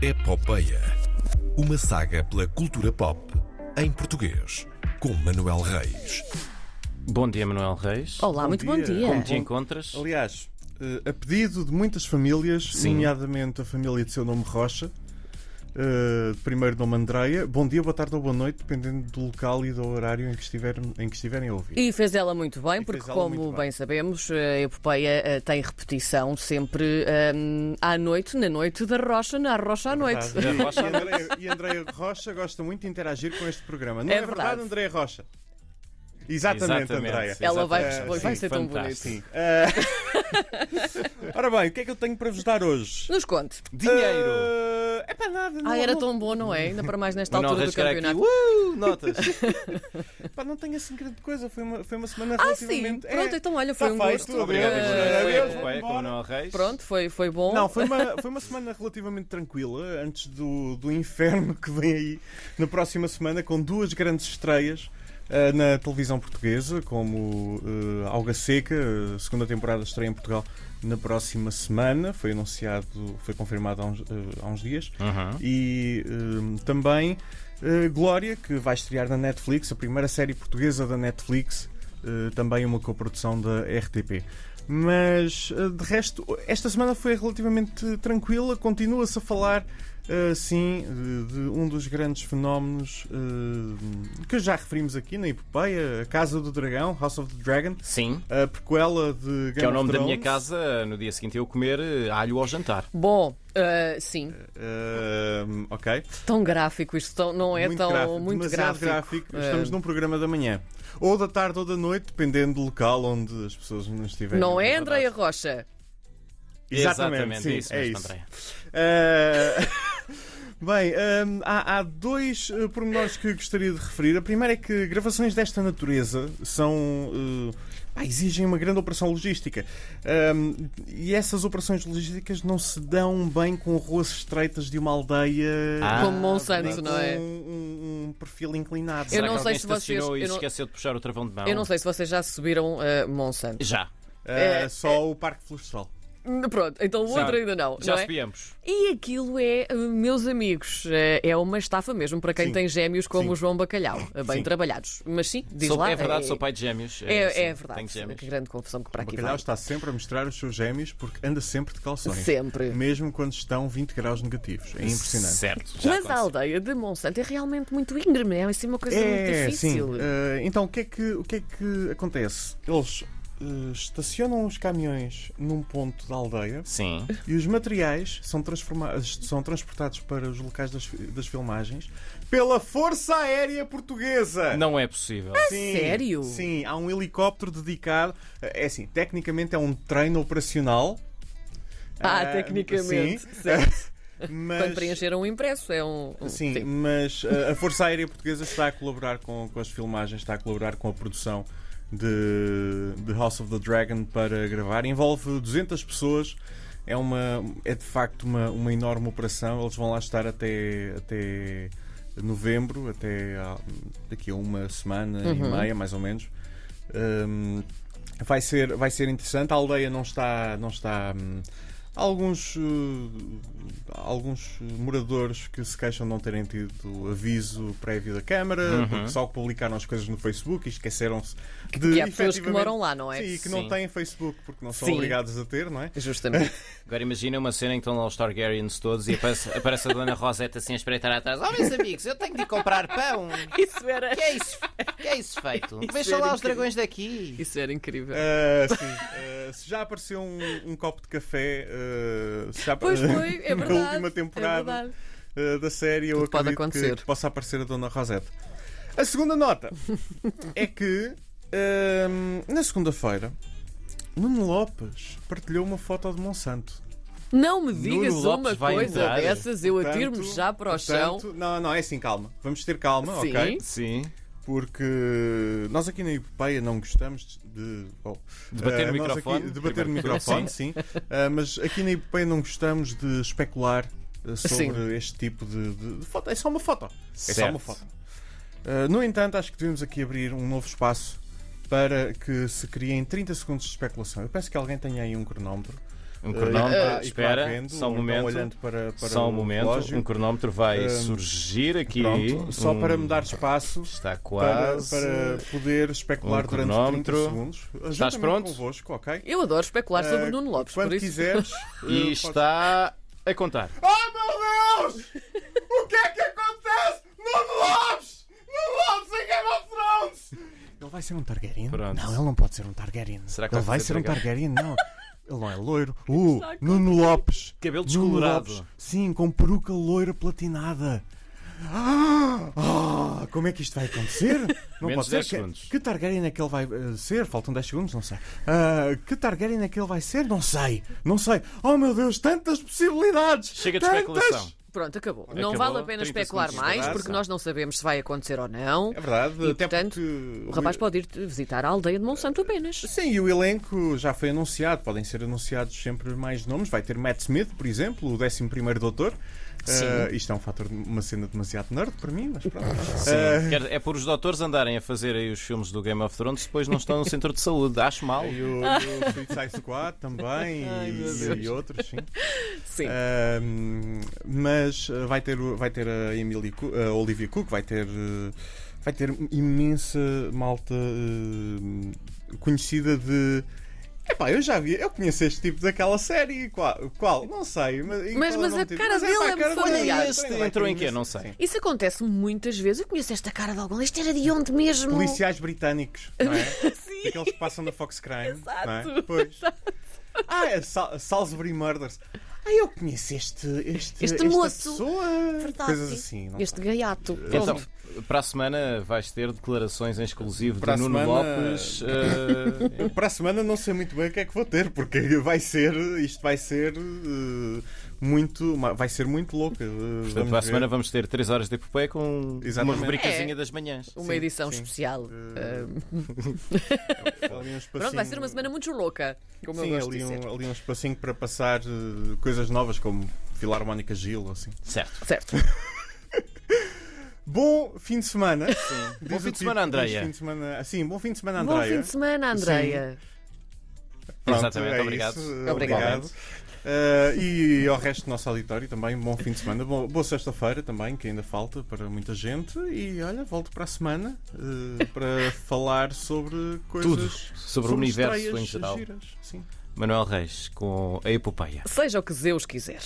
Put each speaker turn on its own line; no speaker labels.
Epopeia. Uma saga pela cultura pop em português, com Manuel Reis.
Bom dia, Manuel Reis.
Olá,
Bom
muito bom
dia.
dia.
Como te encontras?
Aliás, eh, a pedido de muitas famílias,
Sim.
nomeadamente a família de seu nome Rocha, eh, de primeiro nome Andreia, bom dia, boa tarde ou boa noite, dependendo do local e do horário em que estiverem, em que estiverem a ouvir.
E fez ela muito bem,
E
porque,
fez ela
como
muito
bem.
bem.
sabemos, a epopeia eh, tem repetição sempre hum, à noite, na noite da Rocha, na Rocha à noite.
É
Tá,
Verdade. E- E, Andreia, e Andreia Rocha gosta muito de interagir com este programa. Não
É
é, verdade,
verdade.
Andreia Rocha? Exatamente, Andreia.
Ela vai
Exatamente.
É,
responder, vai
Sim,
ser tão
fantástico.
bonito.
Eh, Ora bem, o que é que eu tenho para vos dar hoje?
Nos conte.
Dinheiro!
é para nada.
Ah,
não-
era
não-
tão bom, não é? Ainda para mais nesta
Manuel
altura do
Reis quer aqui.
campeonato.
Uh, notas!
Pá, não tenho assim grande coisa. Foi uma, foi uma semana
Ah, sim.
relativamente.
Pronto,
É.
então olha, foi
Tá
um
feito,
gosto.
obrigado,
Eh,
Manuel.
Foi a
Adeus,
Epopeia com
vamos
Manuel Reis.
Pronto, foi, foi bom.
Não, foi uma, foi uma semana relativamente tranquila, antes do, do inferno que vem aí na próxima semana, com duas grandes estreias ah, na televisão portuguesa, como eh, Alga Seca, eh, segunda temporada estreia em Portugal na próxima semana, foi anunciado, foi confirmado há uns, eh, há uns dias,
Uhum.
e eh, também eh, Glória, que vai estrear na Netflix, a primeira série portuguesa da Netflix, eh, também uma coprodução da RTP. Mas eh, de resto, esta semana foi relativamente tranquila, continua-se a falar. eh, sim, de, de um dos grandes fenómenos eh, que já referimos aqui na epopeia, a Casa do Dragão, House of the Dragon,
Sim.
a prequela de Game
Que é o nome
of
da minha
Thrones.
casa no dia seguinte eu comer eh, alho ao jantar.
Bom, eh, sim,
Eh, ok.
tão gráfico isto, tão- não é tão muito
demasiado
gráfico.
Estamos
Eh,
num programa da manhã. Ou da tarde ou da noite, dependendo do local onde as pessoas nos estiverem.
Não é,
a ver.
Andreia Rocha?
Exatamente, sim,
é isso
é
mesmo,
isso.
Andréia.
Eh, Bem, ehm, há, há dois eh, pormenores que eu gostaria de referir. A primeira é que gravações desta natureza são. eh, pá, exigem uma grande operação logística. Ehm, e essas operações logísticas não se dão bem com ruas estreitas de uma aldeia.
Ah,
Como Monsanto,
com
não é?
um, um perfil inclinado.
Eu
Será
não
que
sei
alguém
se vocês-
estacionou e
eu
se
não-
esqueceu de puxar o travão de mão?
Eu não sei se vocês já subiram eh, Monsanto.
Já.
É,
É,
só o Parque Florestal.
Pronto, então o
Já.
outro ainda não.
Já
não é?
subíamos.
E aquilo é, eh, meus amigos, eh, é uma estafa mesmo para quem
Sim.
tem gêmeos como
Sim.
o João Bacalhau, eh, bem
Sim.
trabalhados. Mas sim, diz
Sou-
lá.
é verdade,
eh,
sou pai de gêmeos.
É,
sim,
é
Tenho
verdade. Que
gêmeos.
grande confusão que para
O
aqui
Bacalhau
vai.
está sempre a mostrar os seus gêmeos porque anda sempre de calções.
Sempre.
Mesmo quando estão 20 graus negativos. É impressionante.
Certo. já
Mas a
aconteceu.
aldeia de Monsanto é realmente muito íngreme, é assim uma coisa muito
É, sim.
difícil.
Eh, então, o que é que, o que, é que acontece? Eles eh, estacionam os caminhões num ponto da aldeia
Sim.
e os materiais são, transforma- são transportados para os locais das, fi- das filmagens pela Força Aérea Portuguesa.
Não é possível.
Ah,
Sim,
sério?
Sim, há um helicóptero dedicado. É assim, tecnicamente é um treino operacional.
ah,
Ah,
tecnicamente.
sim.
certo. Quando
Mas,
preencheram um impresso, é um. um-
sim, mas uh, a Força Aérea Portuguesa está a colaborar com, com as filmagens, está a colaborar com a produção de, de House of the Dragon para gravar. Envolve 200 pessoas. É, uma, é de facto uma, uma enorme operação. Eles vão lá estar até, até novembro, até a- daqui a uma semana e meia, mais ou menos. Hum, vai, ser, vai ser interessante. A aldeia não está. Não está hum, há alguns, uh, há alguns moradores que se queixam de não terem tido aviso prévio da Câmara, porque só publicaram as coisas no Facebook e esqueceram-se de.
que há pessoas que
efetivamente-
moram lá, não é?
Sim, e que
Sim.
não têm Facebook, porque não são
Sim.
obrigados a ter, não é?
Justamente.
Agora imagina uma cena em que estão lá os Targaryens todos e aparece, aparece a Dona Rosetta assim a espreitar atrás. Oh, meus amigos, eu tenho de ir comprar pão.
Isso era.
Que é isso? Que é isso feito?
Isso
Vejam
era
lá os
incrível.
dragões daqui.
Isso era incrível.
Ah, sim. Ah, se já apareceu um, um copo de café ah, se já-
Pois foi, é
na
verdade.
última
É
temporada
verdade.
uh, da série, eu
Tudo pode
acredito
acontecer.
que, que possa aparecer a Dona Rosette. A segunda nota é que hum, na segunda-feira Nuno Lopes partilhou uma foto de Monsanto.
Não me digas
Nuno Lopes
uma
vai
coisa
entrar.
dessas, eu
Portanto-
atiro-me já para o chão.
portanto- Não, não, é assim, calma. Vamos ter calma,
Sim.
ok?
Sim.
Porque nós aqui na Epopeia não gostamos de. bom,
De bater
eh,
no
nós
microfone,
aqui- de bater
primeiro.
no microfone, sim. Eh, mas aqui na Epopeia não gostamos de especular eh, sobre este tipo de, de- de foto. É só uma foto. É só
Certo.
uma foto. Eh, no entanto, acho que devemos aqui abrir um novo espaço para que se criem 30 segundos de especulação. Eu peço que alguém tenha aí um cronómetro.
Um
eh, e
cronómetro,
está- e está
espera,
havendo,
só
ou
um
então
momento.
olhando para, para
Só
o
um momento,
relógio.
um cronómetro vai
Hum,
surgir aqui.
Pronto, só
Um-
para me dar espaço
Está
para,
quase.
para poder especular
Um
durante 30
cronómetro.
segundos. Ajuda-me
pronto?
Convosco, ok?
Eu adoro especular sobre
Eh,
Nuno Lopes,
Quando
por isso.
quiseres. eh,
E
podes-
está a contar.
Oh meu Deus! O que é que acontece? Nuno Lopes! Nuno Lopes em Game of Thrones! Ele vai ser um Targaryen?
Pronto.
Não, ele não pode ser um Targaryen.
Será que
ele
vai
vai
ser
ser um
dragão?
Targaryen? Não. Ele não é loiro. Uh, Nuno Lopes!
Cabelo
Nuno
descolorado.
Lopes. Sim, com peruca loira platinada. Ah, ah, como é que isto vai acontecer? Não pode
Menos
ser.
10
Que,
segundos.
que Targaryen é que ele vai eh, ser? Faltam 10 segundos, não sei. Ah, que Targaryen é que ele vai ser? Não sei. Não sei. Oh meu Deus, tantas possibilidades!
Chega de
tantas...
especulação.
Pronto, acabou. Não
Acabou.
vale a pena
30
especular
segundos de
mais,
graça.
porque nós não sabemos se vai acontecer ou não.
É verdade,
E,
até
portanto,
porque
O rapaz pode ir visitar a aldeia de Monsanto apenas.
Sim, e o elenco já foi anunciado, podem ser anunciados sempre mais nomes. Vai ter Matt Smith, por exemplo, o 11 Doutor.
Sim.
Ah, isto é um fator, de- uma cena demasiado nerd para mim, mas pronto.
Sim. Quer- é por os doutores andarem a fazer aí os filmes do Game of Thrones, depois não estão no centro de saúde. Acho mal.
E o, e o Suicide Squad também, e, e outros, sim.
Sim.
Ahm, mas ah, vai ter, o- vai ter a, Emily Cu- eh, a Olivia Cook, vai ter, eh, vai ter imensa malta eh, conhecida de. Epá, eu já vi, eu conheço este tipo daquela série. Qual? qual? Não sei. Mas, em
Mas-
qual eu
mas
não
a
tive-
cara
tipo? mas,
dele
epá,
é
a cara
muito
dele
familiar.
esse,
Este
vai
entrou
ter
em quê?
imensa-
Não sei.
sim.
Isso acontece muitas vezes. Eu conheço esta cara de algum. Este era de onde mesmo?
Policiais britânicos, não é?
Sim.
Aqueles que passam da Fox Crime. Não é?
Exato.
Pois. Ah, é Sal Salisbury Murders. Ah, eu conheço este,
Este
este, esta
moço.
Pessoa.
Verdade.
Coisas assim. Não
Este
sei.
gaiato.
Então,
Pronto.
para a semana vais ter declarações em exclusivo
Para a
de Nuno
semana-
Lopes. eh,
Eu para a semana não sei muito bem o que é que vou ter, porque vai ser. Isto vai ser. eh, muito. ma- Vai ser muito louco. eh,
Portanto,
vamos
para a
ver.
semana vamos ter 3 horas de epopeia com
Exatamente.
uma rubricazinha
É.
das manhãs.
Uma
sim,
edição
sim.
especial.
Eh,
Ahm,
Ali
Pronto, vai ser
um espacinho-
uma semana muito louca, como
Sim,
eu gosto de
ali
dizer.
um, ali um espacinho para passar eh, coisas novas, como Filarmónica Gil ou assim.
Certo.
Certo.
Bom fim de semana. Diz
Bom
o
fim de
tipo,
semana,
diz
Andreia.
Fim de semana... Sim, bom fim de semana,
Bom
Andreia.
fim de semana, Andreia.
Pronto,
Exatamente,
é
obrigado.
isso.
Obrigado.
Uh, e ao resto do nosso auditório também, bom fim de semana. Bom- boa sexta-feira também, que ainda falta para muita gente. E olha, volto para a semana uh, para falar sobre coisas.
Tudo. Sobre o universo
estreias
em geral.
giras, Sim.
Manuel Reis com a epopeia.
Seja o que Zeus quiser.